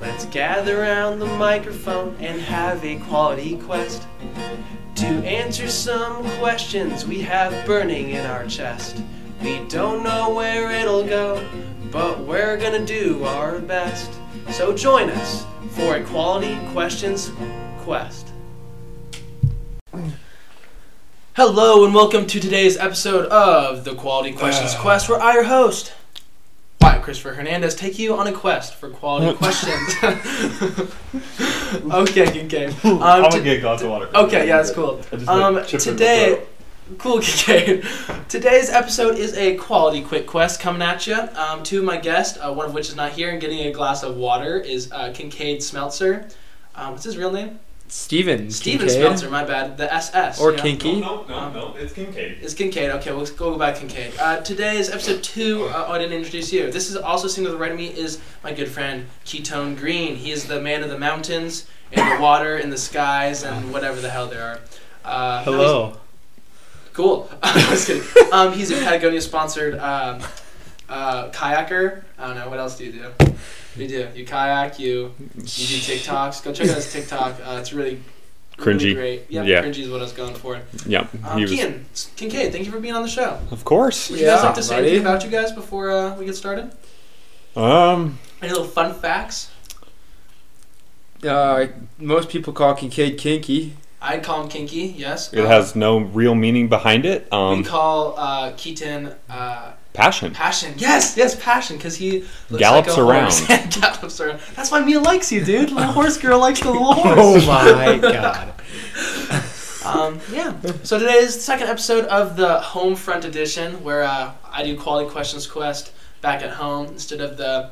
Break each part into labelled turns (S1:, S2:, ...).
S1: Let's gather around the microphone and have a quality quest to answer some questions we have burning in our chest. We don't know where it'll go, but we're gonna do our best. So join us for a quality questions quest. Hello and welcome to today's episode of the Quality Questions Quest, where I, your host, Wyatt Christopher Hernandez, take you on a quest for quality questions. okay, good game. Um,
S2: I'm
S1: to-
S2: gonna get a glass of water.
S1: Okay, yeah, that's cool.
S2: I just, like,
S1: Um,
S2: chip it in my
S1: today,
S2: throat.
S1: cool, Kincaid. Today's episode is a quality quick quest coming at you. Um, two of my guests, uh, one of which is not here, and getting a glass of water is uh, Kincaid Smeltzer. Um, what's his real name?
S3: Steven.
S1: Steven
S3: Kincaid.
S1: Smeltzer. My bad. The SS.
S3: Or
S1: yeah.
S3: Kinky.
S2: No, no, no, it's Kincaid.
S1: It's Kincaid. Okay, we'll go back Kincaid. Uh, today is episode two. Uh, oh, I didn't introduce you. This is also sitting to the right of me is my good friend Ketone Green. He is the man of the mountains and the water and the skies and whatever the hell there are. Uh, no, he's-
S3: Hello.
S1: Cool. I was kidding. Um, he's a Patagonia sponsored um, uh, kayaker. I don't know. What else do you do? What do you do? You kayak, you, you do TikToks. Go check out his TikTok. Uh, it's really, really
S4: Cringy.
S1: great. Yep,
S4: Yeah.
S1: cringy is what I was going for.
S4: Yeah,
S1: Um,
S4: he was.
S1: Kian, S- Kincaid, thank you for being on the show.
S4: Of course.
S1: Would you guys
S3: Yeah,
S1: like to say
S3: buddy.
S1: anything about you guys before uh, we get started?
S4: Um.
S1: Any little fun facts?
S3: Uh, most people call Kincaid Kinky. I'd
S1: I'd call him Kinky, yes.
S4: It
S1: Um,
S4: has no real meaning behind it.
S1: we
S4: Um.
S1: call uh, Keaton uh,
S4: Passion.
S1: Passion. Yes, yes, passion, because he looks
S4: Gallops
S1: like a
S4: around.
S1: horse and gallops around. That's why Mia likes you, dude. Little horse girl likes the little horse.
S3: Oh my god.
S1: Um, yeah. So today is the second episode of the Home Front Edition, where uh, I do quality questions quest back at home instead of the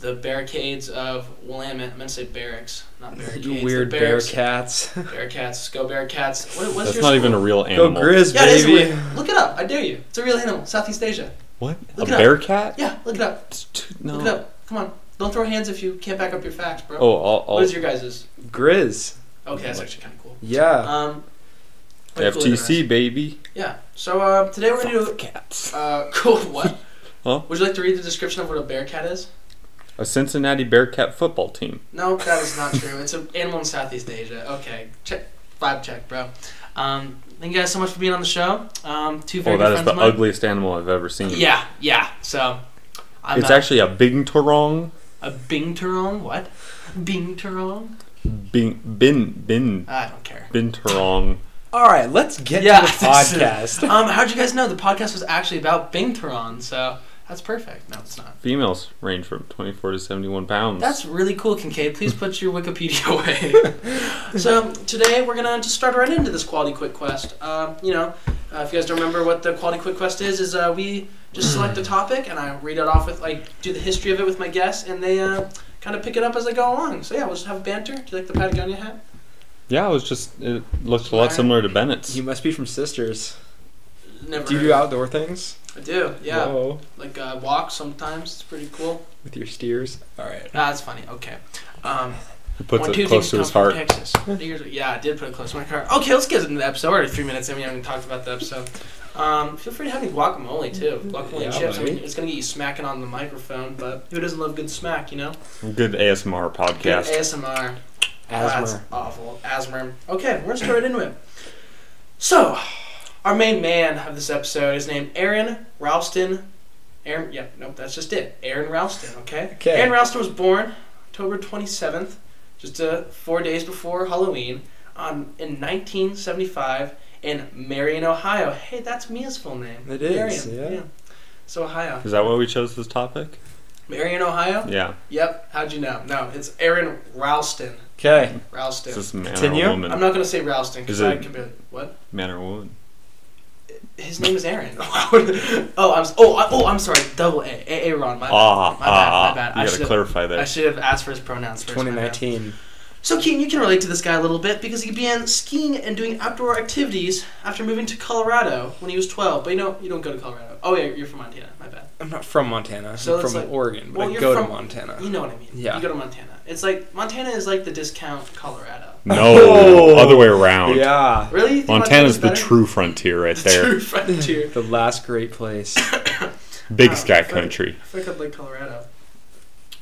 S1: the barricades of Willamette. I meant to say barracks, not barricades.
S3: You
S1: the
S3: weird bear
S1: barracks.
S3: cats.
S1: Bearcats. Go Bearcats. What, what's
S4: That's
S1: your
S4: not
S1: school?
S4: even a real
S3: Go
S4: animal.
S3: Grizz,
S1: Yeah, it is
S3: baby.
S1: weird. Look it up. I dare you. It's a real animal. Southeast Asia.
S4: What?
S1: Look it
S4: a
S1: up.
S4: bear cat?
S1: Yeah, look it up.
S4: It's too-
S1: Look it
S4: No.
S1: up. Come on. Don't throw hands if you can't back up your facts, bro.
S4: Oh, I'll. I'll
S1: What is your guys's?
S3: Grizz.
S1: Okay, that's actually kind of cool.
S3: Yeah.
S1: Um, way cooler than
S4: FTC
S1: ours.
S4: baby.
S1: Yeah. So uh, today we're gonna do
S4: Cats.
S1: uh, cool. What?
S4: Huh?
S1: Would you like to read the description of what a bear cat is?
S4: A Cincinnati Bearcat football team. Oh,
S1: No, that is not true. It's an animal in Southeast Asia. Okay, check vibe check, bro. Um, thank you guys so much for being on the show. Um, two very
S4: Oh,
S1: good
S4: that is
S1: friends
S4: the
S1: of mine.
S4: ugliest animal I've ever seen.
S1: Yeah, yeah. So I'm
S4: It's
S1: a,
S4: actually a Bingturong.
S1: a bingturong. What? Bingturong?
S4: Bing. Bin. Bin.
S1: I don't care.
S4: Binturong.
S3: All right, let's get
S1: Yeah,
S3: to the
S1: this is-
S3: podcast.
S1: Um, how'd you guys know the podcast was actually about bingturong? So that's perfect. No, it's not.
S4: Females range from 24 to 71 pounds.
S1: That's really cool, Kincaid. Please put your Wikipedia away. so today we're gonna just start right into this quality quick quest. Um, you know, uh, if you guys don't remember what the quality quick quest is, is uh, we
S4: Hmm.
S1: just select a topic and I read it off with like do the history of it with my guests, and they uh, kind of pick it up as I go along. So yeah, we'll just have banter. Do you like the Patagonia hat?
S4: yeah, it was just. It looked a lot similar to Bennett's.
S3: You must be from Sisters.
S1: Never.
S3: Do you do outdoor things?
S1: I do. Yeah,
S3: Whoa.
S1: like uh, walk sometimes. It's pretty cool.
S3: With your steers. All right.
S1: Ah, that's funny. Okay. Um,
S4: He puts
S1: One, two
S4: it
S1: things
S4: close to his
S1: come
S4: heart.
S1: from Texas. Here's- yeah, I did put it close to my heart. Okay, let's get into the episode. We're already three minutes in. We haven't talked about the episode. Um, feel free to have any guacamole too. Guacamole
S3: Yeah,
S1: chips. I mean,
S3: buddy.
S1: it's gonna get you smacking on the microphone, but who doesn't love good smack? You know,
S4: Good ASMR
S1: good
S4: podcast.
S1: ASMR. That's
S3: Asthma.
S1: awful. Asthma. Okay, we're straight into it. So, our main man of this episode is named Aaron Ralston. Aaron, yeah, nope, that's just it. Aaron Ralston, okay?
S3: Okay.
S1: Aaron Ralston was born October 27th, just uh, four days before Halloween, on, in 1975 in Marion, Ohio. Hey, that's Mia's full name.
S3: It is, yeah.
S1: So, Ohio.
S4: Is that why we chose this topic?
S1: Marion, Ohio?
S4: Yeah.
S1: Yep. How'd you know? No, it's Aaron Ralston.
S3: Okay.
S1: Ralston.
S4: Is this a man
S3: Continue.
S4: or a woman?
S1: I'm not gonna say Ralston because
S4: Is
S1: I
S4: it-
S1: can barely. What?
S4: man or woman?
S1: His name is Aaron. oh, I'm s- oh I, oh I'm sorry. Double A. A Aaron. My bad.
S4: Ah,
S1: my bad.
S4: ah,
S1: my bad.
S4: ah.
S1: I
S4: You gotta
S1: should
S4: clarify
S1: I
S4: there.
S1: should have asked for his pronouns first. my bad.
S3: 2019.
S1: So Keaton, you can relate to this guy a little bit because he began skiing and doing outdoor activities after moving to Colorado when he was 12. But you know, you don't go to Colorado. Oh yeah, you're from Montana. My bad.
S3: I'm not from Montana. I'm
S1: So it's
S3: from
S1: like-
S3: Oregon, but
S1: well,
S3: I
S1: you're
S3: go to
S1: from-
S3: Montana.
S1: You know what I mean.
S3: Yeah.
S1: You go to Montana. It's like Montana is like the discount Colorado.
S4: No, other way around.
S3: Yeah.
S1: Really? You think
S4: Montana's the
S1: better?
S4: true frontier right
S1: True
S4: there.
S1: frontier.
S3: The last great place.
S4: Big
S1: Wow.
S4: sky country.
S1: I feel like I'd like Colorado.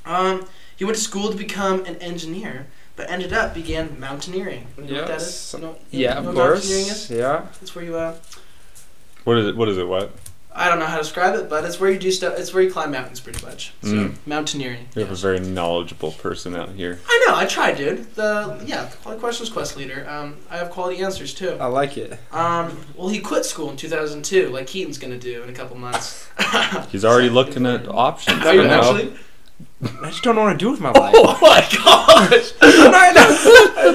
S1: Um, He went to school to become an engineer, but ended up began mountaineering. You know what that is?
S3: Yes.
S1: You know- you
S3: Yeah,
S1: know
S3: of
S1: what mountaineering is?
S3: course. Yeah.
S1: It's where you uh,
S4: What is it? What is it? What?
S1: I don't know how to describe it, but it's where you do stuff. It's where you climb mountains, pretty much. So
S4: Mm.
S1: mountaineering.
S4: You have a
S1: yes.
S4: very knowledgeable person out here.
S1: I know. I tried, dude. The yeah, the quality questions quest leader. Um, I have quality answers too.
S3: I like it.
S1: Um, well, he quit school in 2002, like Keaton's gonna do in a couple months.
S4: He's already looking at options.
S1: Are you
S4: now.
S1: actually?
S3: I just don't know what to do with my life.
S1: Oh my gosh!
S3: I'm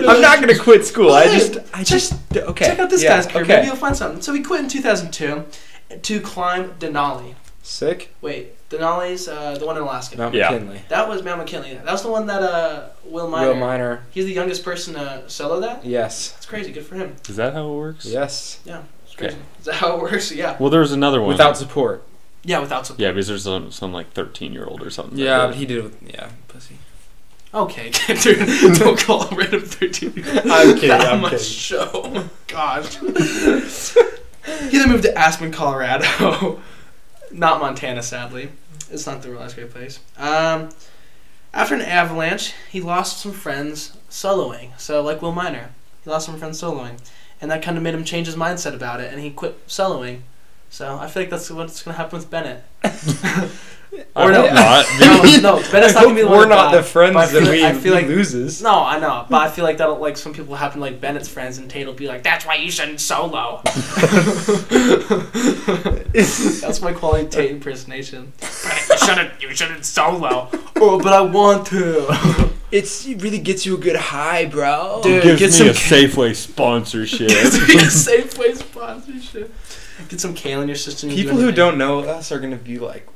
S3: not, I'm not gonna quit school. I just, I
S1: Check-
S3: just, okay.
S1: Check out this
S3: Yeah,
S1: guy's career.
S3: Okay.
S1: Maybe you'll find something. So he quit in 2002 to climb Denali.
S3: Sick.
S1: Wait, Denali's uh, the one in Alaska.
S3: Mount
S4: Yeah.
S3: McKinley.
S1: That was Mount McKinley. That was the one that uh, Will Miner.
S3: Will Miner.
S1: He's the youngest person to solo that.
S3: Yes.
S1: That's crazy. Good for him.
S4: Is that how it works?
S3: Yes.
S1: It's crazy. Is that how it works? Yeah.
S4: Well, there was another one.
S3: Without support.
S1: Yeah, without support.
S4: Yeah, because there's some, some like 13 year old or something. that
S3: Yeah,
S4: did
S3: but
S4: it.
S3: he did. it With, yeah, pussy.
S1: Okay, dude, don't call a random 13
S3: I'm kidding,
S1: that
S3: I'm
S1: much
S3: kidding.
S1: show. Oh my gosh. he then moved to Aspen, Colorado. Not Montana, sadly. It's not the last great place. Um, after an avalanche, he lost some friends soloing. So, like Will Miner, he lost some friends soloing. And that kind of made him change his mindset about it, and he quit soloing. So, I feel like that's what's going to happen with Bennett.
S4: I
S1: Or no.
S4: hope not.
S1: No, no, Bennett's
S3: I
S1: not going to be the one
S3: hope We're
S1: to
S3: not
S1: die.
S3: the friends
S1: But I feel
S3: that
S1: like-
S3: we
S1: I feel like-
S3: loses.
S1: No, I know, but I feel like that'll like some people happen like Bennett's friends and Tate will be like, "That's why you shouldn't solo." That's my quality Tate impersonation. Bennett, you shouldn't, you shouldn't solo. Oh, but I want to.
S3: It's it really gets you a good high, bro.
S1: Dude.
S4: Gives
S1: Get
S4: me
S1: some
S4: a Safeway sponsorship.
S1: Safeway sponsorship. Get some kale in your system. you
S3: People who
S1: anything.
S3: don't know us are gonna be like,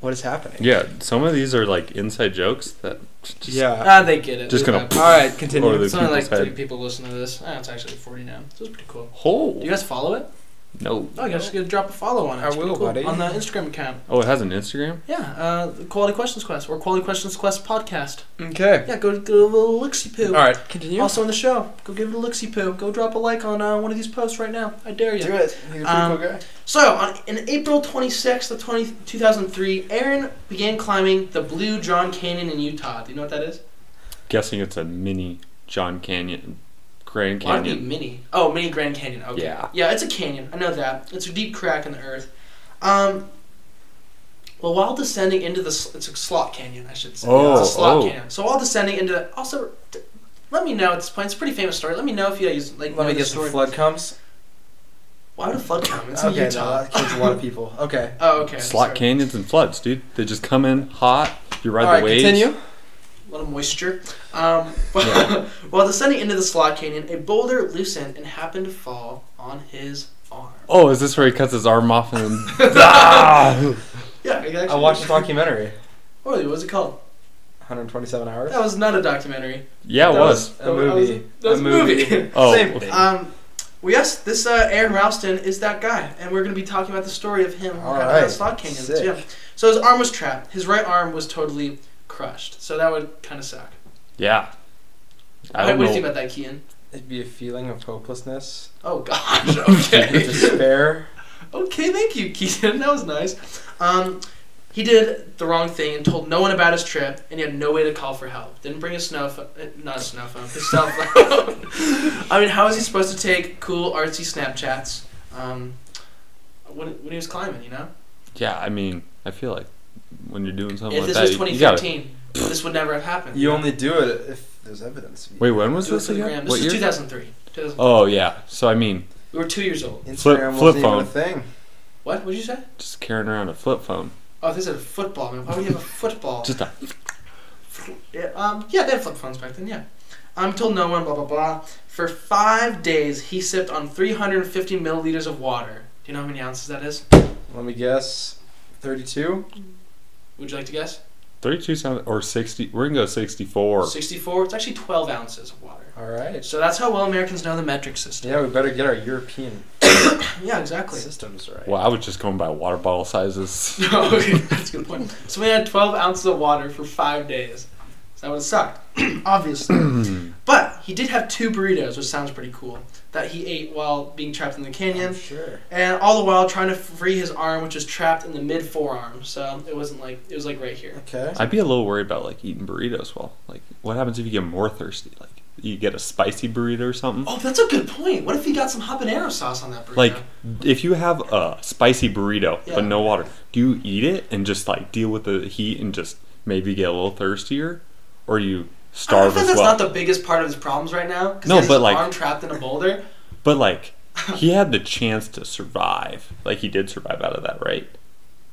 S3: "What is happening?"
S4: yeah, some of these are like inside jokes that just
S3: Yeah.
S1: ah, they get it.
S4: Just
S1: It
S4: gonna-
S1: happens.
S3: All right,
S4: Or
S3: continue.
S4: the-
S1: It's only like
S4: people's head.
S1: three people listen to this. Ah, it's actually forty now, so it's pretty cool. Do you
S4: Oh
S1: guys follow it?
S4: no!
S1: Oh, you guys should drop a follow on it.
S3: I
S1: It's pretty
S3: will,
S1: cool.
S3: buddy.
S1: On the Instagram account.
S4: Oh, it has an Instagram.
S1: Yeah, uh, the Quality Questions Quest or Quality Questions Quest podcast.
S3: Okay.
S1: Yeah, go go give it a looksy poo.
S3: All right, continue.
S1: Also on the show, go give it a looksy poo. Go drop a like on uh, one of these posts right now. I dare you.
S3: it. You're a pretty
S1: Um,
S3: cool guy.
S1: So, on in April 26th of 20, 2003, Aaron began climbing the Blue John Canyon in Utah. Do you know what that is?
S4: Guessing it's a mini John Canyon, Grand
S1: Why would it be
S4: Canyon.
S1: mini? Oh, mini Grand Canyon. Okay.
S4: Yeah.
S1: Yeah, it's a canyon. I know that. It's a deep crack in the earth. Um, well, while descending into the, s- it's a slot canyon, I should say.
S4: Oh,
S1: it's a slot
S4: oh.
S1: canyon. So while descending into, also, d- let me know at this point. It's a pretty famous story. Let me know if you guys like
S3: Let
S1: know
S3: me
S1: the
S3: guess. The
S1: story.
S3: flood comes.
S1: Why would a flood come? It's in
S3: Okay, no,
S1: Utah.
S3: that kills a lot of people. Okay.
S1: oh, okay.
S4: Slot
S1: sorry.
S4: canyons and floods, dude. They just come in hot. You ride
S3: All right,
S4: the waves.
S3: continue.
S1: A lot of moisture. Um, while descending into the slot canyon, a boulder loosened and happened to fall on his arm.
S4: Oh, is this where he cuts his arm off and? ah!
S1: Yeah, it
S3: I
S1: actually-
S3: watched a documentary.
S1: Oh, what was it called?
S3: 127 hours.
S1: That was not a documentary.
S4: Yeah, it
S1: That
S4: was.
S3: A
S1: that was-
S3: movie.
S1: that was a movie.
S4: Oh,
S3: Same
S4: okay.
S3: thing.
S1: Um, well, yes, this uh, Aaron Ralston is that guy, and we're going to be talking about the story of him.
S3: All
S1: having
S3: right.
S1: that slot canyon. So,
S3: Sick.
S1: yeah. So his arm was trapped. His right arm was totally crushed. So that would kind of suck.
S4: Yeah. I
S1: what
S4: don't
S1: do you think
S4: know.
S1: about that, Kean?
S3: It'd be a feeling of hopelessness,
S1: Oh gosh. Okay.
S3: despair.
S1: okay. Thank you, Keaton. That was nice. Um, he did the wrong thing and told no one about his trip, and he had no way to call for help. Didn't bring his snow phone, not his snow phone, his cell phone. I mean, how is he supposed to take cool artsy Snapchats um, when, when he was climbing? You know.
S4: Yeah, I mean, I feel like when you're doing something
S1: If
S4: like
S1: this
S4: that,
S1: was
S4: you- Oh, you gotta-
S1: 2015, this would never have happened.
S3: You only do it if there's evidence.
S4: Wait, when was
S1: do it
S4: this
S1: for the gram.
S4: again?
S1: This
S4: What
S1: was
S4: year?
S1: 2003. 2003.
S4: Oh yeah. So I mean,
S1: We were two years old.
S3: Instagram
S4: Flip-
S3: wasn't
S4: flip
S3: even
S4: phone.
S3: a thing.
S1: What? What'd you say?
S4: just carrying around a flip phone.
S1: Oh, this is a football, man. Why would you have a football?
S4: Just a
S1: Yeah, um, yeah, they had flip phones back then, yeah. I'm told no one, blah, blah, blah. For five days, he sipped on 350 milliliters of water. Do you know how many ounces that is?
S3: Let me guess. 32?
S1: Would you like to guess?
S4: 32 sound or 60. We're gonna go 64.
S1: 64? It's actually 12 ounces of water.
S3: All right.
S1: So that's how well Americans know the metric system.
S3: Yeah, we better get our European
S1: Yeah, exactly.
S3: systems right.
S4: Well, I was just going by water bottle sizes.
S1: Oh, okay, that's a good point. So we had 12 ounces of water for five days. So that would have sucked, obviously. but he did have two burritos, which sounds pretty cool, that he ate while being trapped in the canyon,
S5: Sure.
S1: and all the while trying to free his arm, which is trapped in the mid forearm. So it wasn't like it was like right here.
S5: Okay.
S4: I'd be a little worried about like eating burritos. Well, like what happens if you get more thirsty? Like you get a spicy burrito or something.
S1: Oh, that's a good point. What if he got some habanero sauce on that burrito?
S4: Like if you have a spicy burrito
S1: Yeah.
S4: but no water, do you eat it and just like deal with the heat and just maybe get a little thirstier, or you
S1: I
S4: starve
S1: think
S4: as
S1: that's
S4: well?
S1: not the biggest part of his problems right now. 'cause he
S4: No,
S1: has
S4: but,
S1: his
S4: like-
S1: arm trapped in a boulder.
S4: But like he had the chance to survive. Like he did survive out of that, right?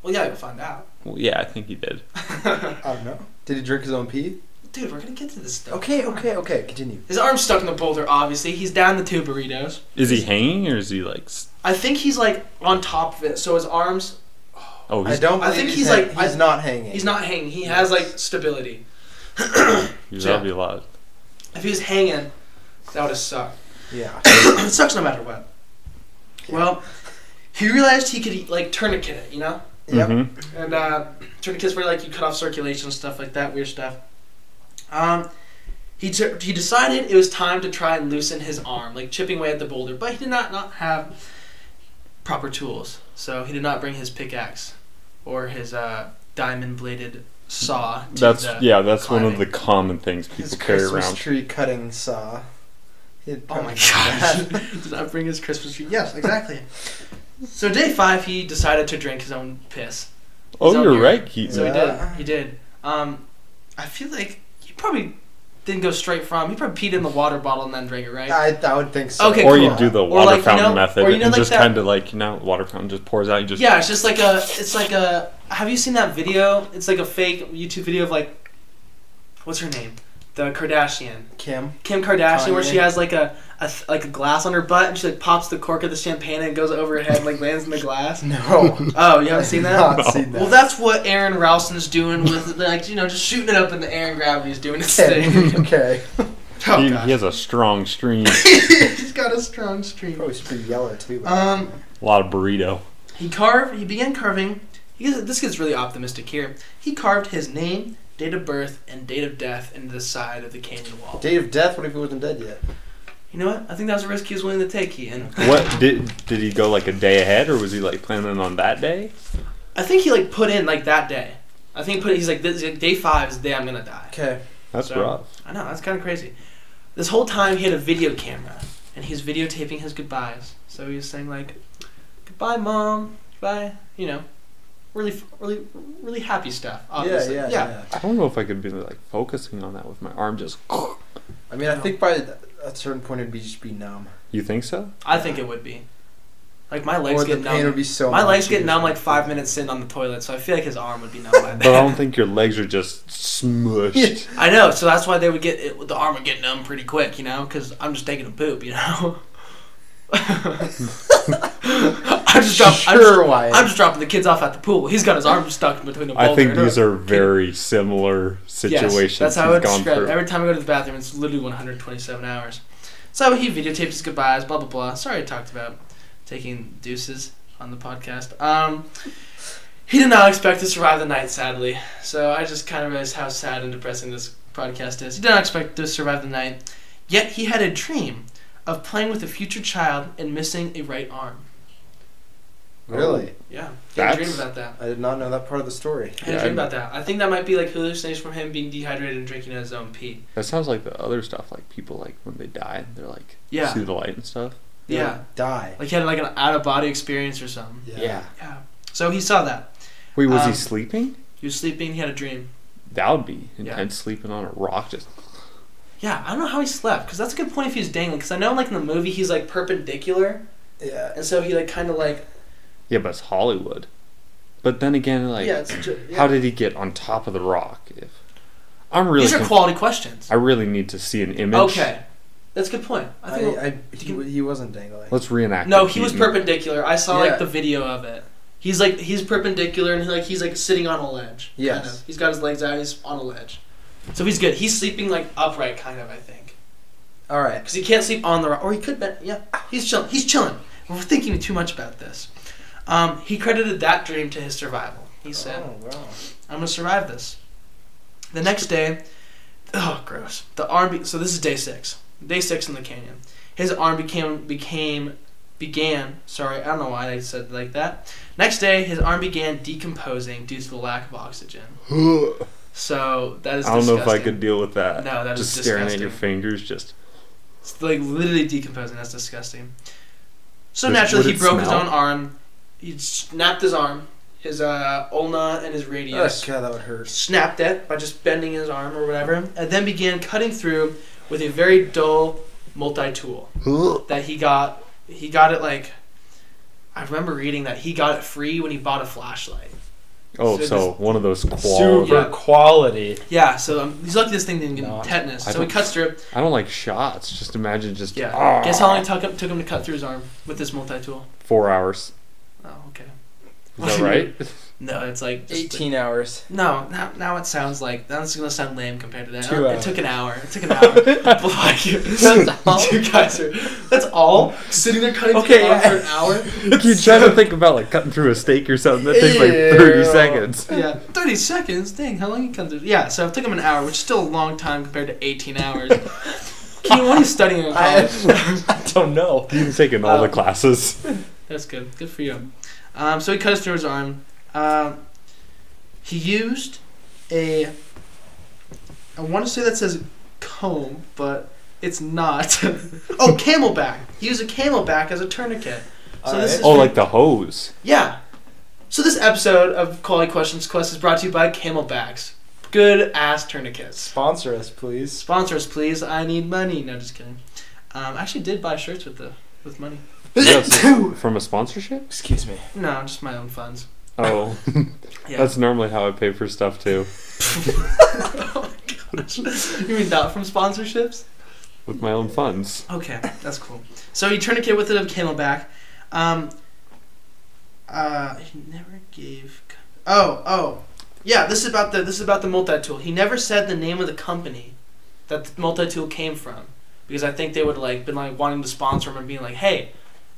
S1: Well, yeah, you'll find out.
S4: Well, yeah, I think he did.
S5: I don't know. Did he drink his own pee?
S1: Dude, we're gonna get to this stuff.
S5: Okay, okay, okay. Continue.
S1: His arm's stuck in the boulder. Obviously, he's down the two burritos.
S4: Is he hanging or is he like? s-
S1: I think he's like on top of it, so his arms.
S4: Oh,
S5: I
S4: he's,
S5: don't.
S1: I
S5: believe
S1: think
S5: he's,
S1: he's
S5: hang-
S1: like-
S5: he's
S1: I-
S5: not hanging.
S1: He's not hanging. He has like stability.
S4: he's that'd be a lot.
S1: If he was hanging, that would have sucked.
S5: Yeah.
S1: it sucks no matter what. Well, he realized he could like tourniquet it, you know,
S5: Yep.
S4: Mhm.
S1: and uh, tourniquets where like you cut off circulation stuff like that, weird stuff. Um, he t- he decided it was time to try and loosen his arm, like chipping away at the boulder, but he did not not have proper tools, so he did not bring his pickaxe or his uh, diamond bladed saw. To
S4: That's
S1: the-
S4: yeah. That's one of the
S1: climbing.
S4: common things people
S5: His
S4: carry
S5: Christmas
S4: around.
S5: tree cutting saw. He'd
S1: Oh my
S5: probably-
S1: gosh. Did I bring his Christmas tree? Yes, exactly. so day five, he decided to drink his own piss.
S4: Oh,
S1: Zone
S4: you're
S1: here.
S4: right, Keaton.
S1: So
S5: Yeah.
S1: he did. He did. Um, I feel like he probably didn't go straight from. He probably peed in the water bottle and then drank it, right?
S5: I, I would think so.
S1: Okay, cool.
S4: or you do the
S1: Or
S4: water
S1: like, you
S4: fountain
S1: know-
S4: method
S1: or you know,
S4: and
S1: like
S4: just
S1: that-
S4: kind of like you know, water fountain just pours out. You just
S1: yeah, it's just like a. It's like a. Have you seen that video? It's like a fake YouTube video of like, what's her name? The Kardashian.
S5: Kim.
S1: Kim Kardashian, where she
S5: Kanye.
S1: has like a, a th- like a glass on her butt, and she like pops the cork of the champagne and it goes over her head, and, like lands in the glass.
S5: No.
S1: Oh, you haven't seen that?
S5: Not
S4: No.
S5: seen that.
S1: Well, that's what Aaron Ralston's doing with, like, you know, just shooting it up in the air and gravity's doing its thing.
S5: okay. okay.
S1: Oh,
S4: he,
S1: gosh.
S4: he has a strong stream,
S1: He's got a strong stream.
S5: Probably should be yellow too.
S1: Um,
S4: a lot of burrito.
S1: he carved, he began carving, he gets, this gets really optimistic here. He carved his name, date of birth, and date of death into the side of the canyon wall.
S5: Date of death. What if he wasn't dead yet?
S1: You know what? I think that was a risk he was willing to take, Ian.
S4: What did did he go like a day ahead, or was he like planning on that day?
S1: I think he, like, put in, like, that day. I think he put he's like, this, day five is the day I'm gonna die.
S5: Okay.
S4: That's
S1: So-
S4: rough.
S1: I know, that's kind of crazy. This whole time he had a video camera and he was videotaping his goodbyes. So he was saying like, "Goodbye, mom. Goodbye." You know, really, f- really, really happy stuff. Obviously.
S5: Yeah, yeah, yeah.
S4: I don't know if I could be like focusing on that with my arm. Just
S5: I mean, I think by th- a certain point it'd be just be numb.
S4: you think so?
S1: I think it would be. Like my legs
S5: or the
S1: get
S5: pain
S1: numb.
S5: would be so.
S1: my
S5: much
S1: legs
S5: you
S1: get
S5: just-
S1: numb like five minutes sitting on the toilet, so I feel like his arm would be numb by
S4: But I don't
S1: then.
S4: think your legs are just smushed.
S1: I know, so that's why they would get it, the arm would get numb pretty quick, you know, because I'm just taking a poop, you know. I just dropped. I just-
S5: Sure, Wyatt.
S1: I'm just dropping the kids off at the pool. He's got his arm stuck between a boulder.
S4: I think
S1: and a-
S4: these are very similar situations
S1: Yes, that's how I
S4: he's
S1: would
S4: gone
S1: describe. it.
S4: through.
S1: Every time I go to the bathroom, it's literally 127 hours. So he videotaped his goodbyes, blah blah blah. Sorry, I talked about taking deuces on the podcast. Um, he did not expect to survive the night, sadly. So I just kind of realized how sad and depressing this podcast is. He did not expect to survive the night, yet he had a dream of playing with a future child and missing a right arm.
S5: Really,
S1: Yeah, he had a dream
S4: That's-
S1: about that.
S5: I did not know that part of the story.
S1: I had a
S4: Yeah,
S1: dream
S4: I-
S1: about that. I think that might be like hallucinations from him being dehydrated and drinking his own pee.
S4: That sounds like the other stuff, like people like when they die, they're like
S1: Yeah.
S4: see the light and stuff.
S5: You
S1: Yeah.
S5: would Die.
S1: Like he had like an out of body experience or something.
S5: yeah.
S1: Yeah. So he saw that.
S4: Wait, was
S1: Um,
S4: he sleeping?
S1: He was sleeping, he had a dream.
S4: That would be
S1: Yeah.
S4: intense sleeping on a rock. Just
S1: Yeah, I don't know how he slept, because that's a good point if he was dangling, because I know like in the movie he's like perpendicular,
S5: Yeah.
S1: and so he like kind of like.
S4: yeah, but it's Hollywood. But then again, like,
S1: yeah, it's. ju- yeah.
S4: how did he get on top of the rock? If I'm really,
S1: These are
S4: conf-
S1: quality questions.
S4: I really need to see an image.
S1: Okay. That's a good point. I
S5: I,
S1: think.
S5: I, he, wa- he wasn't dangling.
S4: let's reenact.
S1: no,
S4: it,
S1: he was
S4: Keaton.
S1: perpendicular. I saw
S5: Yeah.
S1: like the video of it. He's like he's perpendicular and he, like he's like sitting on a ledge. kind
S5: Yes.
S1: of. He's got his legs out. He's on a ledge, so he's good. He's sleeping like upright, kind of. I think.
S5: All right.
S1: because he can't sleep on the rock, or he could. Be, yeah, he's chilling. He's chilling. We're thinking too much about this. Um, he credited that dream to his survival. He said,
S5: Oh, wow.
S1: "I'm gonna survive this." The next day, oh gross. The arm. Be- so this is day six. Day six in the canyon. His arm became became began. Sorry, I don't know why I said it like that. Next day, his arm began decomposing due to the lack of oxygen. So that is.
S4: I don't know if I
S1: disgusting.
S4: could deal with that.
S1: No, that is
S4: just staring at your
S1: disgusting.
S4: fingers. Just
S1: It's like literally decomposing. That's disgusting. So
S4: Would-
S1: naturally,
S4: would
S1: he
S4: it
S1: broke his
S4: smell?
S1: own arm. He snapped his arm, his uh, ulna and his radius.
S5: God, that would hurt.
S1: Snapped it by just bending his arm or whatever, and then began cutting through with a very dull multi-tool that he got. He got it like. I remember reading that he got it free when he bought a flashlight.
S4: oh,
S1: So
S4: so,
S1: this-
S4: one of those qual.
S3: Super
S1: Yeah.
S3: quality.
S1: Yeah, so um, he's lucky this thing didn't get him
S3: No,
S1: tetanus.
S4: I
S1: So he
S4: don't-
S1: cuts through.
S4: I don't like shots. Just imagine just
S1: Yeah.
S4: ah,
S1: Guess how long it took him, took him to cut through his arm with this multi-tool?
S4: four hours.
S1: Oh, okay.
S4: Is that right?
S1: No, it's like just the-
S3: 18 hours.
S1: No, now, now it sounds like that's gonna sound lame compared to that.
S3: Two
S1: it
S3: hours.
S1: took an hour. It took an hour. But like, you guys are. That's all. Sitting there cutting
S4: Okay,
S1: people off
S4: yeah.
S1: for an hour.
S4: you try to think about like cutting through a steak or something. That takes like
S3: Ew.
S4: thirty seconds.
S1: Yeah, thirty seconds. Dang, how long you come to? Yeah, so it took him an hour, which is still a long time compared to eighteen hours. Keen, what are you studying in
S3: I,
S1: college?
S3: Um, I don't know.
S4: You've taken all the
S1: Um,
S4: classes.
S1: That's good. Good for you. Um, so he cuts through his arm. Um, he used a. I want to say that says comb, but it's not. oh, camelback. He used a camelback as a tourniquet. So this is
S4: Oh, like the hose.
S1: Yeah. So this episode of Quality Questions Quest is brought to you by Camelbacks. Good ass tourniquets.
S3: Sponsor us, please.
S1: Sponsor us, please. I need money. No, just kidding. Um, I actually did buy shirts with the with money.
S4: That's from a sponsorship?
S3: Excuse me.
S1: No, just my own funds.
S4: Oh,
S1: Yeah.
S4: that's normally how I pay for stuff too,
S1: you mean not from sponsorships?
S4: with my own funds.
S1: Okay, that's cool. So he tourniquet with a camelback. Um, uh, he never gave. co- Oh, oh, yeah. This is about the this is about the multi tool. He never said the name of the company that the multi tool came from because I think they would like been like wanting to sponsor him and being like, hey,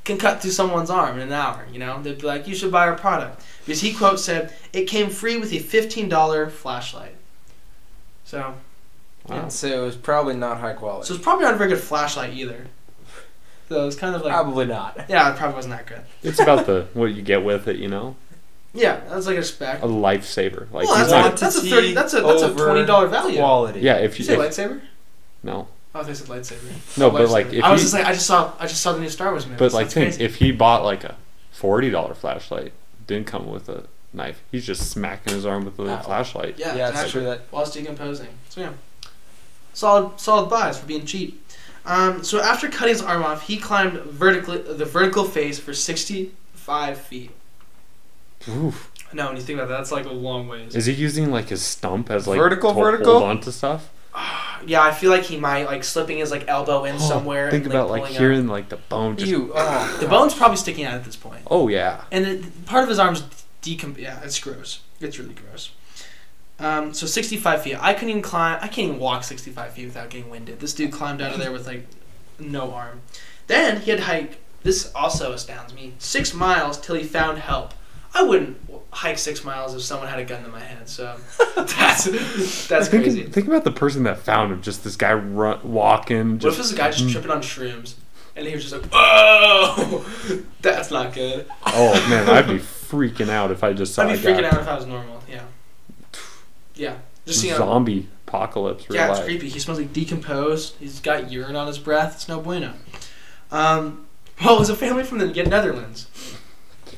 S1: can cut through someone's arm in an hour. You know, they'd be like, you should buy our product because he quote said it came free with a fifteen dollar flashlight. So,
S4: Wow.
S3: So it was probably not high quality.
S1: so it's probably not a very good flashlight either. So it's kind of like
S3: probably not.
S1: Yeah, it probably wasn't that good.
S4: It's about the what you get with it, you know,
S1: Yeah, that's like a spec.
S4: a lifesaver. Like
S1: Well,
S4: he's
S1: that's
S4: not-
S1: a- that's a 30 that's a- that's a
S3: Quantity
S1: $20
S3: over
S1: value.
S3: Quality.
S4: yeah, if
S1: Did you
S4: you
S1: say
S4: if,
S1: lightsaber?
S4: no,
S1: Oh, they said lightsaber.
S4: no, but like
S1: Lightsaber.
S4: if
S1: I was
S4: you,
S1: just like I just saw I just saw the new Star Wars movie.
S4: but
S1: so
S4: like
S1: it's
S4: think
S1: crazy.
S4: if he bought like a forty dollar flashlight, didn't come with a knife. He's just smacking his arm with a
S3: Ow.
S4: flashlight.
S1: yeah,
S3: Yeah, it's
S1: exactly.
S3: true that.
S1: While it's decomposing. So yeah, solid solid buys for being cheap. Um, so after cutting his arm off, he climbed vertically the vertical phase for sixty five feet.
S4: Oof.
S1: No, when you think about that, that's like a long ways.
S4: Is he using like his stump as like
S3: Vertical,
S4: to hold
S3: vertical?
S4: onto stuff?
S1: yeah, I feel like he might like slipping his like elbow in somewhere.
S4: Oh, Think
S1: and,
S4: about
S1: like,
S4: like
S1: pulling up.
S4: hearing like the bone just.
S3: You. Oh,
S1: The bone's probably sticking out at this point.
S4: Oh yeah.
S1: And it, part of his arm's decom. Yeah, it's gross. It's really gross. Um, so 65 feet. I couldn't even climb. I can't even walk 65 feet without getting winded. This dude climbed out of there with like no arm. Then he had to hike. This also astounds me. Six miles till he found help. I wouldn't w- hike six miles if someone had a gun to my head. So that's that's
S4: think,
S1: crazy.
S4: Think about the person that found him. Just this guy run, walking.
S1: What if
S4: Just Mm.
S1: this guy just tripping on shrooms and he was just like, "Whoa, that's not good."
S4: oh man, I'd be freaking out if I just saw
S1: I'd be
S4: a guy.
S1: freaking out if I was normal. Yeah. Yeah. Just seeing. how
S4: zombie apocalypse. Real
S1: yeah, it's
S4: life.
S1: creepy. He smells like decomposed. He's got urine on his breath. It's no bueno. Um, well, it was a family from the Netherlands.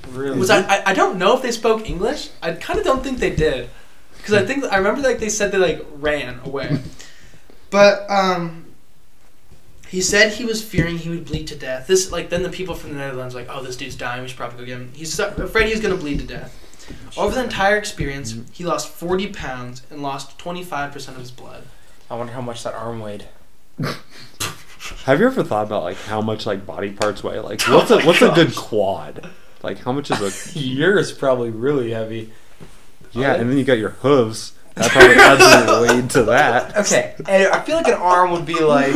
S3: really?
S1: Was I, I? I don't know if they spoke English. I kind of don't think they did, because I think I remember like they said they like ran away. but um, he said he was fearing he would bleed to death. This like then the people from the Netherlands were like, oh, this dude's dying. We should probably go get him. He's so- afraid he's gonna bleed to death. Over the entire experience, he lost 40 pounds and lost 25% of his blood.
S3: I wonder how much that arm weighed.
S4: Have you ever thought about like how much like body parts weigh? Like what's a what's a good quad? Like how much is a
S3: Yours probably really heavy.
S4: yeah? And then you got your hooves. That probably adds more weight to that.
S3: Okay, and I feel like an arm would be like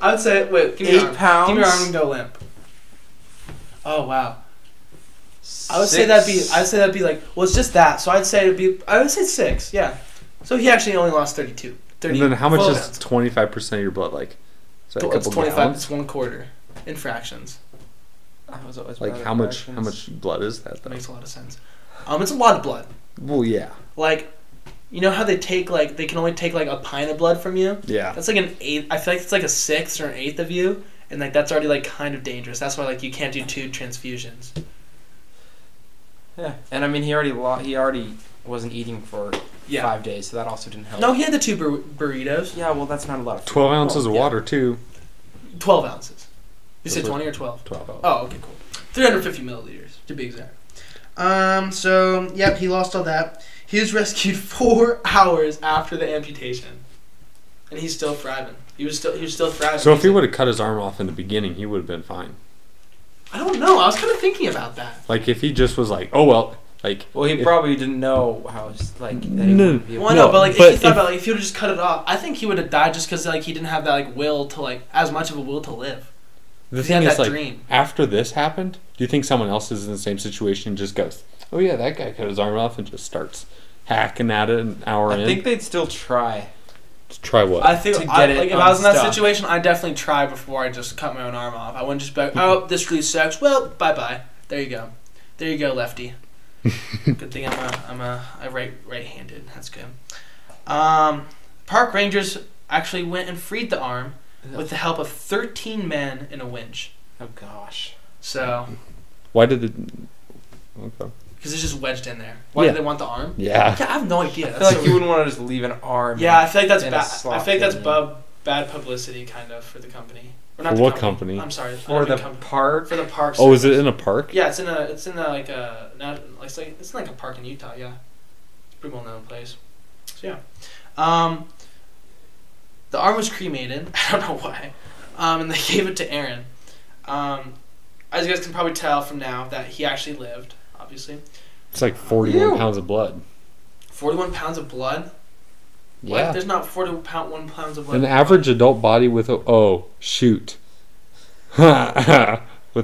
S1: I would say, wait, give me
S3: Eight
S1: your arm. Give me your
S3: pounds?
S1: arm and go limp. Oh wow! I would say that'd be. I would say that'd be like. Well, it's just that. So I'd say it'd be. I would say six. Yeah. So he actually only lost thirty-two. 30
S4: and then how much
S1: full
S4: is
S1: pounds.
S4: twenty five percent of your blood like? Is that a
S1: Well, it's
S4: couple
S1: 25
S4: gallons?
S1: it's one quarter in fractions
S5: I was always
S4: Like
S5: bad at
S4: how much? How
S5: fractions.
S4: much blood is that
S1: that
S4: though?
S1: makes a lot of sense um it's a lot of blood
S4: Well, yeah,
S1: like you know how they take like they can only take like a pint of blood from you
S4: yeah.
S1: that's like an eighth i feel like it's like a sixth or an eighth of you and like that's already like kind of dangerous that's why like you can't do two transfusions
S5: Yeah, and I mean he already lo- he already wasn't eating for
S1: yeah
S5: five days, so that also didn't help.
S1: no he had the two bur- burritos
S5: Yeah, well that's not a lot of. Food.
S4: Twelve
S1: Oh,
S4: ounces of
S5: Yeah.
S4: water too.
S1: 12 ounces you said
S4: Those are-
S1: 20 or 12
S4: Twelve.
S1: Oh, okay, cool. 350 milliliters, to be exact. Um, so, yep, he lost all that. He was rescued four hours after the amputation. And he's still thriving. He was still he was still thriving.
S4: So if he would have cut his arm off in the beginning, he would have been fine.
S1: I don't know. I was kind of thinking about that.
S4: Like if he just was like, oh well, like
S5: Well, he
S4: if-
S5: probably didn't know how it's like. That he
S4: No.
S5: wouldn't be able-
S1: Well, no,
S4: No,
S1: but like if
S4: but
S1: he thought
S4: if-
S1: about like if he would have just cut it off, I think he would have died just because like he didn't have that like will to like as much of a will to live.
S4: the
S1: He had
S4: thing is
S1: that
S4: like
S1: dream.
S4: after this happened, do you think someone else is in the same situation and just goes, oh yeah, that guy cut his arm off and just starts hacking at it an hour
S5: I
S4: in?
S5: think they'd still try.
S4: Try what?
S1: I think
S5: To
S1: I,
S5: get it
S1: like if I was in that
S5: unstuck.
S1: situation, I'd definitely try before I just cut my own arm off. I wouldn't just be like, oh, this really sucks. Well, bye bye. There you go. There you go, lefty. good thing I'm a I'm a, a right right handed. That's good. Um, park rangers actually went and freed the arm with the help of 13 men in a winch.
S5: Oh gosh.
S1: So,
S4: Why did it? Okay.
S1: because it's just wedged in there. Why
S4: Yeah.
S1: do they want the arm?
S4: Yeah.
S1: Yeah, I have no idea.
S5: I
S1: That's
S5: feel like
S1: so
S5: you
S1: weird.
S5: wouldn't want to just leave an arm.
S1: Yeah, I feel like that's
S5: in a
S1: bad. I
S5: slot
S1: feel like that's
S5: thing.
S1: bad, bad publicity, kind of, for the company. Or
S4: For
S1: the
S4: what company?
S1: I'm sorry.
S5: for
S1: not
S5: the
S1: company.
S5: park.
S1: for the park.
S4: Oh, is it
S1: service.
S4: in a park?
S1: Yeah, it's in a it's in a, like a na- like it's like it's in like a park in Utah. Yeah, It's a pretty well known place. So yeah, um, the arm was cremated. I don't know why, um, and they gave it to Aaron. Um, as you guys can probably tell from now that he actually lived. Obviously,
S4: It's like forty-one
S5: Ew.
S4: pounds of blood.
S1: forty-one pounds of blood. What? There's not forty pound one pounds of blood.
S4: An average adult body with a oh shoot, with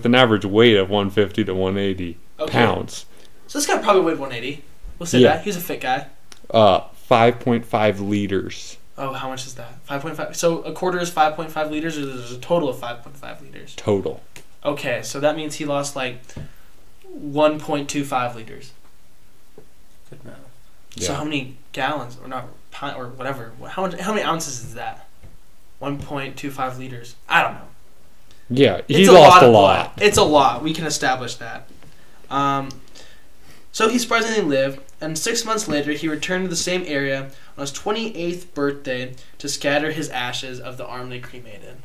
S4: an average weight of 150 to 180
S1: Okay.
S4: pounds,
S1: So this guy probably weighed one eighty. We'll say
S4: Yeah.
S1: that he's a fit guy.
S4: uh, 5.5 liters.
S1: Oh, how much is that? Five point five. So a quarter is five point five liters, or there's a total of five point five liters.
S4: total.
S1: Okay, so that means he lost like 1.25 liters.
S5: Good man.
S1: So how many gallons, or not, pi- or whatever? wh- How much, How many ounces is that? 1.25 liters. I don't know.
S4: Yeah, he
S1: It's
S4: lost a
S1: of
S4: lot.
S1: blood. It's a lot. We can establish that. Um, so he surprisingly lived, and six months later, he returned to the same area on his 28th birthday to scatter his ashes of the arm they cremated.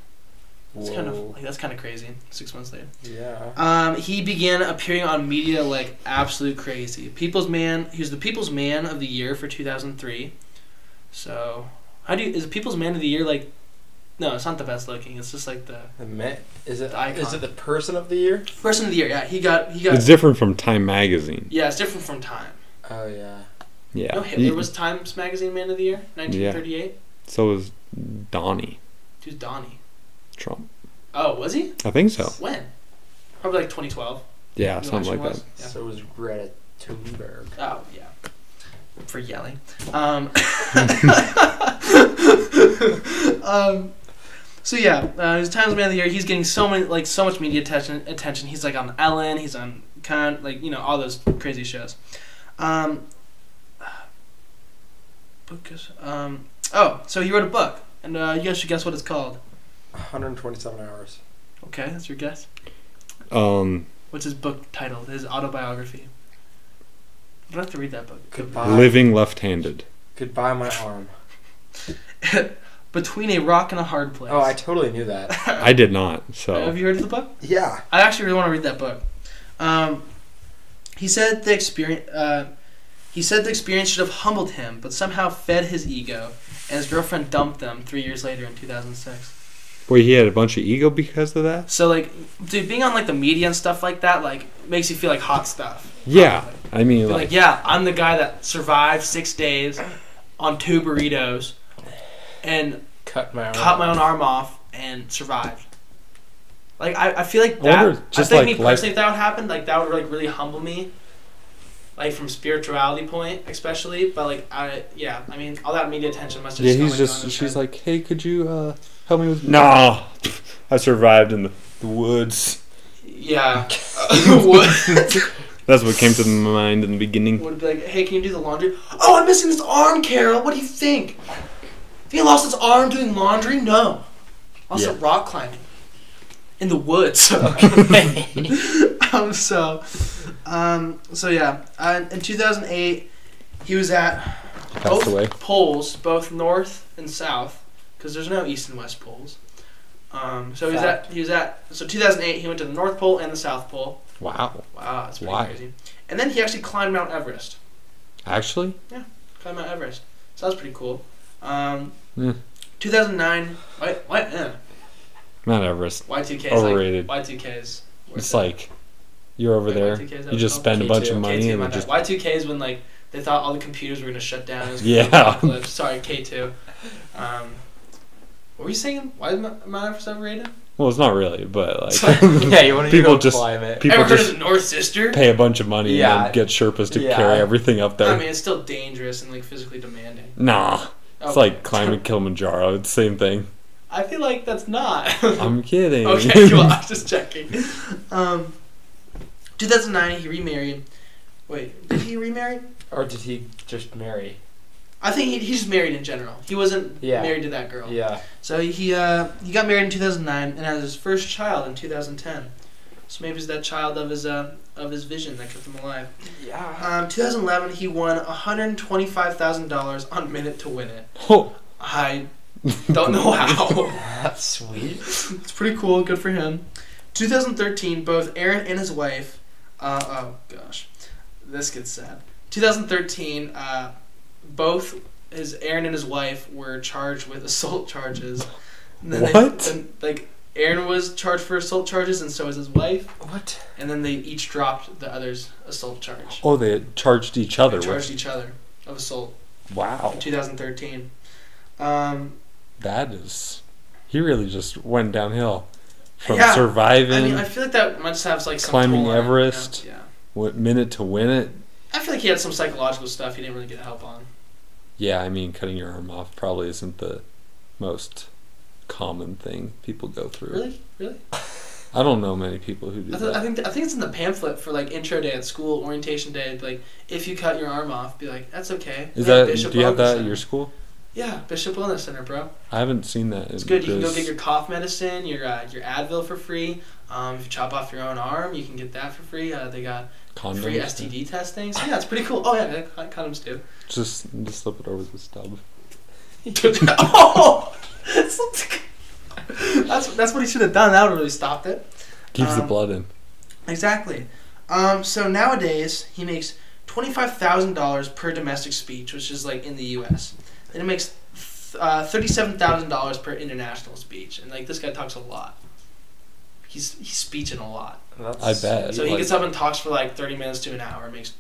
S1: It's kind of like that's kind of crazy. Six months later.
S5: Yeah.
S1: Um, he began appearing on media like absolute crazy. People's Man, he was the People's Man of the Year for 2003. So, how do you, is People's Man of the Year like, no, it's not the best looking. It's just like the
S5: The man, is it?
S1: The icon.
S5: Is it the person of the year?
S1: person of the year. Yeah, he got, he got,
S4: It's different from Time Magazine.
S1: yeah, it's different from Time.
S5: Oh yeah.
S4: Yeah.
S1: No, Hitler was Time's Magazine Man of the Year, 1938.
S4: So was Donnie
S1: Who's Donnie?
S4: Trump.
S1: Oh, was he?
S4: I think so.
S1: When? Probably like 2012.
S4: Yeah,
S1: the
S4: something
S1: election
S4: like that.
S1: was. Yeah.
S5: So was Greta Thunberg.
S1: Oh yeah, for yelling. Um, um, so yeah, uh, his Times Man of the Year. He's getting so many like so much media attention. Attention. He's like on Ellen. He's on Con. Like you know all those crazy shows. Um, book is, um, oh, so he wrote a book, and uh, you guys should guess what it's called.
S5: 127 hours.
S1: Okay, that's your guess.
S4: Um,
S1: What's his book title? His autobiography. You don't have to read that book.
S5: Goodbye.
S4: living left-handed.
S5: Goodbye, my arm.
S1: Between a rock and a hard place.
S5: Oh, I totally knew that.
S4: I did not. So
S1: Have you heard of the book?
S5: yeah.
S1: I actually really want to read that book. Um, he said the experience. Uh, he said the experience should have humbled him, but somehow fed his ego, and his girlfriend dumped them three years later in 2006.
S4: wait, he had a bunch of ego because of that.
S1: So like, dude, being on like the media and stuff like that, like, makes you feel like hot stuff.
S4: Yeah, I mean,
S1: You're
S4: like,
S1: like, yeah, I'm the guy that survived six days on two burritos, and
S5: Cut my arm.
S1: cut my own arm off and survived. Like I, I feel like
S4: I
S1: that. I,
S4: wonder, just
S1: think
S4: like
S1: me
S4: life-
S1: personally, if that would happen, like that would like really humble me. like from spirituality point, especially. But like, I yeah, I mean, all that media attention must have.
S4: Yeah,
S1: just
S4: he's
S1: gone, like,
S4: just.
S1: on his
S4: She's
S1: head.
S4: like, hey, could you uh, help me with?
S3: Nah, I survived in the, the woods.
S1: yeah. Would
S3: That's what came to my mind in the beginning.
S1: would be like, hey, can you do the laundry? Oh, I'm missing this arm, Carol. What do you think? If he lost his arm doing laundry, no. Also,
S4: Yeah.
S1: rock climbing in the woods. um, so, um, so yeah. Uh, in 2008, he was at
S4: Passed
S1: both
S4: away.
S1: poles, both north and south, because there's no east and west poles. Um, so he was at he was at so 2008 he went to the North Pole and the South Pole.
S4: Wow.
S1: Wow, that's pretty
S4: Why?
S1: crazy. And then he actually climbed Mount Everest.
S4: Actually.
S1: Climbed Mount Everest. So that was pretty cool. Um,
S4: Hmm.
S1: 2009. Why? Why? Eh,
S3: Mount Everest.
S1: Y2K.
S3: Overrated.
S1: Like, Y2K is. worth
S3: It's
S1: it.
S3: like you're over
S1: Wait,
S3: there.
S1: Y2K, is that
S3: You
S1: what
S3: just
S1: it's
S3: spend a
S4: K2.
S3: bunch of
S4: K2,
S3: money
S1: K2,
S3: and
S1: my
S3: it
S1: bad.
S3: just
S1: Y2K is when like they thought all the computers were gonna shut down. It was gonna be
S3: Yeah.
S1: an apocalypse. Sorry, K2. Um, what were you saying? Why is Mount Mount Everest overrated?
S3: well, it's not really, but like
S1: People
S5: yeah, you want to
S3: People
S5: go
S3: just-
S5: climb it.
S3: people
S1: Ever heard of
S3: just
S1: the North Sister?
S3: pay a bunch of money
S5: Yeah.
S3: and then get Sherpas to
S5: Yeah.
S3: carry everything up there.
S1: I mean, it's still dangerous and like physically demanding.
S3: nah, it's
S1: Okay.
S3: like climbing Kilimanjaro. It's the same thing.
S1: I feel like that's not.
S3: I'm kidding.
S1: okay, well, I'm just checking. Um, 2009, he remarried. Wait, did he remarry?
S5: Or did he just marry?
S1: I think he, he's married in general. He wasn't
S5: Yeah.
S1: married to that girl.
S5: Yeah.
S1: So he uh, he got married in 2009 and had his first child in 2010. So maybe it's that child of his uh, of his vision that kept him alive.
S5: Yeah.
S1: Um, 2011, he won 125 thousand dollars on Minute to Win It.
S3: Oh,
S1: I don't know how.
S5: That's sweet.
S1: it's pretty cool. Good for him. 2013, both Aaron and his wife. Uh, oh gosh, this gets sad. 2013, uh, both his Aaron and his wife were charged with assault charges. And then they-
S3: What?
S1: then, like Aaron was charged for assault charges, and so was his wife.
S5: What?
S1: And then they each dropped the other's assault charge.
S4: Oh, they charged each other.
S1: They
S4: With,
S1: charged each other of assault.
S4: wow.
S1: 2013. Um,
S4: That is. He really just went downhill from
S1: Yeah,
S4: surviving.
S1: I mean, I feel like that must have like some
S4: Climbing
S1: toll on it,
S4: Everest.
S1: Yeah, yeah.
S4: What minute to win it?
S1: I feel like he had some psychological stuff he didn't really get help on.
S4: Yeah, I mean, cutting your arm off probably isn't the most common thing people go through.
S1: Really, really.
S4: I don't know many people who do
S1: I, th- I
S4: that.
S1: think I think it's in the pamphlet for like intro day at school, orientation day. it'd be Like, if you cut your arm off, be like, that's okay.
S4: Is
S1: Hey,
S4: that?
S1: Bishop
S4: do you have
S1: Wellness
S4: that at
S1: Center.
S4: your school?
S1: Yeah, Bishop Wellness Center, bro.
S4: I haven't seen that.
S1: It's good. You can go get your cough medicine, your uh, your Advil for free. Um, if you chop off your own arm, you can get that for free. Uh, they got
S4: condoms.
S1: free STD testing. So yeah, it's pretty cool. Oh yeah, they got condoms too.
S4: Just, just slip it over the stub.
S1: oh, that's that's what he should have done. That would have really stopped it.
S4: Keeps the
S1: Um,
S4: blood in.
S1: Exactly. Um, so nowadays he makes twenty five thousand dollars per domestic speech, which is like in the U.S. Then he makes th- uh, thirty seven thousand dollars per international speech, and like this guy talks a lot. He's he's speeching a lot,
S5: That's
S4: I bet.
S1: so
S5: sweet.
S1: he
S4: like-
S1: gets up and talks for like thirty minutes to an hour, and makes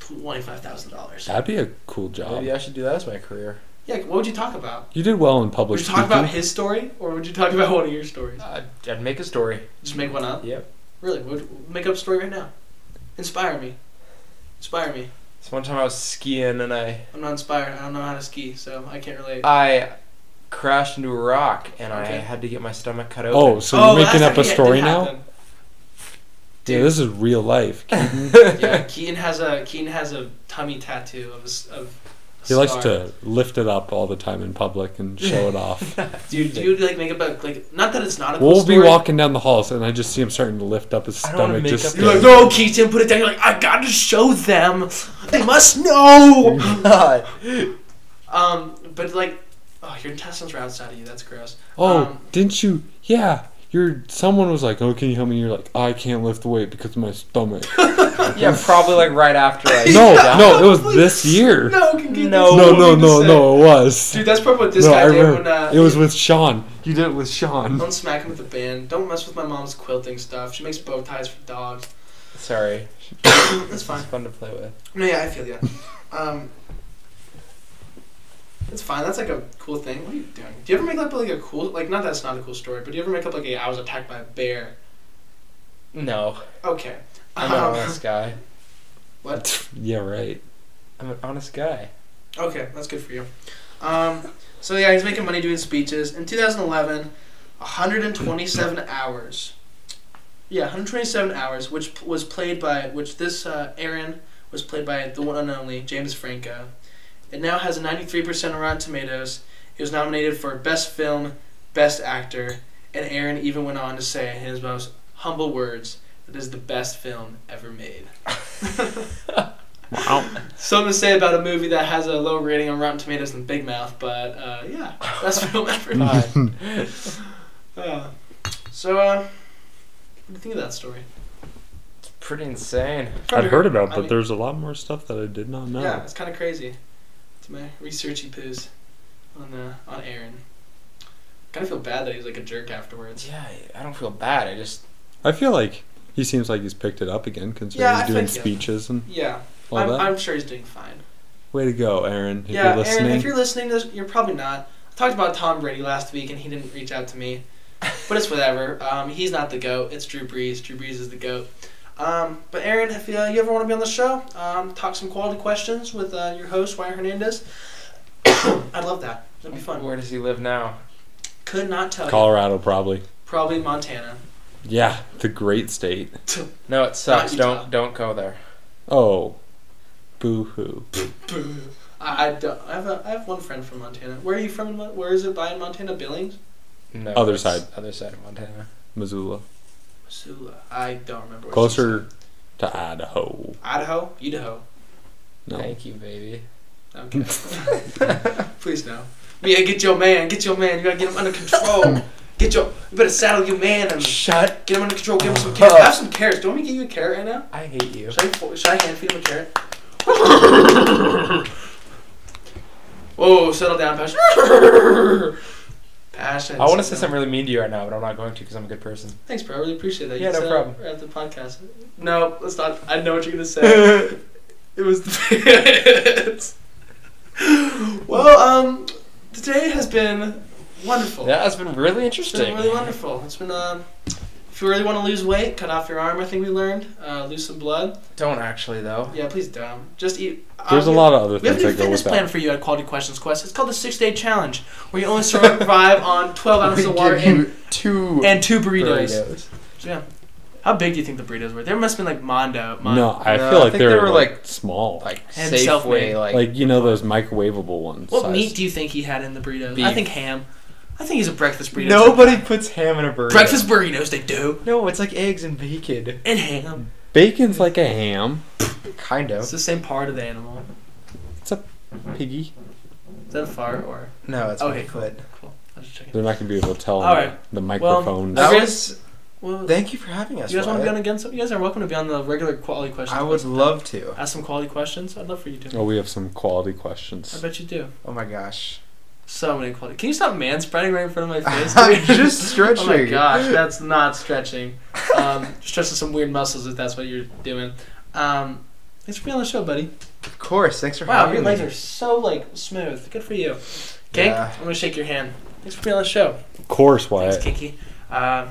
S1: twenty five thousand dollars.
S4: That'd be a cool job.
S5: Maybe I should do that as my career.
S1: Yeah, what would you talk about?
S4: You did well in public
S1: Would you talk
S4: speaking.
S1: about his story, or would you talk about one of your stories?
S5: I'd, I'd make a story.
S1: Just make one up.
S5: Yep.
S1: Really, would make up a story right now. Inspire me. Inspire me.
S5: So one time I was skiing and I
S1: I'm not inspired. I don't know how to ski, so I can't relate.
S5: I crashed into a rock and I
S1: Okay.
S5: had to get my stomach cut open.
S4: oh, so you're making up a story now?
S1: Dude,
S4: Yeah, this is real life.
S1: yeah, Keaton has a Keaton has a tummy tattoo of a, s- of. a
S4: He likes
S1: scar.
S4: to lift it up all the time in public and show it off.
S1: Dude, do you like make up a like? Not that it's not a. Cool
S4: we'll be
S1: story.
S4: walking down the halls, and I just see him starting to lift up his
S5: I don't wanna
S4: stomach.
S5: make
S4: Just
S5: up
S1: You're like,
S5: Yeah.
S1: no, Keaton, put it down. You're like, I gotta show them. They must know.
S5: God.
S1: um, but like, oh, your intestines are outside of you. That's gross.
S4: oh,
S1: Um,
S4: didn't you? Yeah, you're. Someone was like, "Oh, can you help me?" You're like, "I can't lift the weight because of my stomach."
S5: Yeah, probably like right after I.
S4: no,
S5: Yeah.
S4: no, it was this year.
S1: No, Keaton,
S5: No,
S4: no,
S1: what
S4: no,
S1: you just
S4: no,
S1: said.
S4: no, it was.
S1: Dude, that's probably what this
S4: no,
S1: guy
S4: I
S1: did
S4: remember.
S1: when uh,
S4: it was with Sean. You did it with Sean.
S1: Don't smack him with a band. Don't mess with my mom's quilting stuff. She makes bow ties for dogs.
S5: Sorry.
S1: That's fine.
S5: It's fun to play with.
S1: No, yeah, I feel you. Um, it's fine. That's like a cool thing. What are you doing? Do you ever make up like a cool like not that's not a cool story, but do you ever make up like a I was attacked by a bear?
S5: No,
S1: Okay.
S5: I'm not
S1: Um,
S5: this guy.
S1: What?
S4: Yeah, right.
S3: I'm an honest guy.
S1: Okay, that's good for you. Um, so yeah, he's making money doing speeches. In 2011, 127 hours. Yeah, 127 hours, which p- was played by which this uh, Aaron was played by the one and only James Franco. It now has a 93% on Rotten Tomatoes. It was nominated for Best Film, Best Actor, and Aaron even went on to say in his most humble words that it is the best film ever made.
S4: Wow.
S1: Something to say about a movie that has a lower rating on Rotten Tomatoes than Big Mouth, but uh, yeah, best film ever.
S3: Fine.
S1: Uh, so, uh, what do you think of that story?
S3: it's pretty insane.
S4: I'd heard about,
S1: I
S4: but
S1: mean-
S4: there's a lot more stuff that I did not know.
S1: Yeah, it's kind of crazy. It's my researchy poos on uh, on Aaron. Kind of feel bad that he was like a jerk afterwards.
S3: Yeah, I don't feel bad. I just
S4: I feel like he seems like he's picked it up again, considering
S1: Yeah, I
S4: he's doing
S1: think-
S4: speeches and
S1: Yeah,
S4: all
S1: I'm,
S4: that.
S1: I'm sure he's doing fine.
S4: Way to go, Aaron. If
S1: yeah,
S4: you're listening.
S1: Aaron, if you're listening, to this, you're probably not. I talked about Tom Brady last week, and he didn't reach out to me, but it's whatever. Um, he's not the goat. It's Drew Brees. Drew Brees is the goat. Um, but Aaron, if uh, you ever want to be on the show, um, talk some quality questions with uh, your host Juan Hernandez. I'd love that. That'd be fun.
S3: where does he live now?
S1: Could not tell. you.
S4: Colorado, probably.
S1: Probably Montana.
S4: Yeah, the great state.
S3: No, it sucks.
S1: Utah.
S3: Don't don't go there.
S4: Oh, boo hoo.
S1: Boo. I, I, don't, I have a, I have one friend from Montana. Where are you from? in Mon- Where is it by in Montana? Billings,
S3: No.
S4: Other
S3: it's
S4: side.
S3: Other side of Montana.
S4: Missoula.
S1: Missoula. I don't remember. what she
S4: Closer
S1: said.
S4: to Idaho.
S1: Idaho, Idaho.
S4: No.
S3: Thank you, baby.
S1: Okay. Please no. But yeah, get your man. Get your man. You gotta get him under control. Get your. You better saddle your man and
S3: Shut.
S1: get him under control. Give him some carrots. Have some carrots. Do you want me to give you a carrot right now?
S3: I hate you.
S1: Should I, fo- should I hand feed him a carrot? Whoa, settle down, Passion. Passion.
S3: I want
S1: settle down.
S3: to say something really mean to you right now, but I'm not going to because I'm a good person.
S1: Thanks, bro. I really appreciate that.
S3: Yeah,
S1: can
S3: no
S1: set up
S3: problem.
S1: At the podcast. No, let's not. I know what you're gonna say. it was the Patriots. well, um, today has been wonderful.
S3: That has been really
S1: Oh. it's
S3: interesting.
S1: been really wonderful. It's been um, if you really want to lose weight, cut off your arm. I think we learned. Uh, lose some blood.
S3: Don't actually though.
S1: Yeah, please don't. Just eat.
S4: There's a lot of other
S1: Um, We have
S4: things
S1: a new
S4: that go
S1: fitness
S4: with
S1: plan
S4: that.
S1: for you at Quality Questions Quest. It's called the Six Day Challenge, where you only survive on 12 ounces of water and,
S3: two
S1: and two burritos.
S3: burritos.
S1: Yeah. How big do you think the burritos were? They must have been like Mondo. Mondo.
S4: No, I
S3: No,
S4: feel
S3: I
S4: like
S3: think
S4: they're
S3: they were,
S4: like,
S3: like-
S4: small. Like,
S3: Like
S1: And
S3: Safeway,
S1: self-made.
S3: like,
S4: you know those microwavable ones.
S1: What
S4: size.
S1: meat do you think he had in the burritos? I
S3: Beef.
S1: think ham. I think he's a breakfast burrito.
S3: Nobody puts ham in a burrito.
S1: breakfast burritos they do
S3: No, it's like eggs and bacon.
S1: and ham.
S4: Bacon's like a ham.
S3: Kind
S1: It's
S3: of.
S1: the same part of the animal.
S4: Piggy.
S1: Is that a fart or?
S3: No, it's
S1: Okay,
S3: okay. Quit.
S1: Cool. I was just checking.
S4: They're not gonna be able to tell.
S1: All
S4: on
S1: right.
S4: The
S1: Well,
S4: microphones.
S1: that
S3: That
S1: Okay.
S3: was.
S1: Well,
S3: Thank you for having us.
S1: you guys want to be
S3: Wyatt.
S1: on again? So you guys are welcome to be on the regular quality questions.
S3: I would
S1: Quest.
S3: love to.
S1: ask some quality questions. I'd love for you to.
S4: oh, we have some quality
S1: I
S4: questions.
S1: bet you do.
S3: Oh my gosh.
S1: So many quality. Can you stop man spreading right in front of my face?
S3: I'm just stretching.
S1: Oh my gosh, that's not stretching. Um, stretching some weird muscles if that's what you're doing. Um, thanks for being on the show, buddy.
S3: Of course. Thanks for
S1: Wow,
S3: having
S1: your
S3: me.
S1: legs are so like smooth. Good for you. Kink,
S3: Yeah.
S1: I'm gonna shake your hand. Thanks for being on the show.
S4: Of course,
S1: Thanks,
S4: Wyatt.
S1: Kinky. Uh,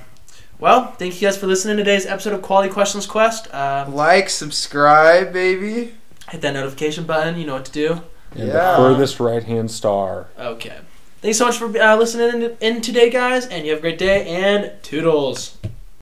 S1: well, thank you guys for listening to today's episode of Quality Questions Quest. Uh,
S3: Like, subscribe, baby.
S1: hit that notification button. You know what to do.
S4: And
S3: Yeah.
S4: the furthest right-hand star.
S1: Okay. Thanks so much for uh, listening in, in today, guys, and you have a great day. And toodles.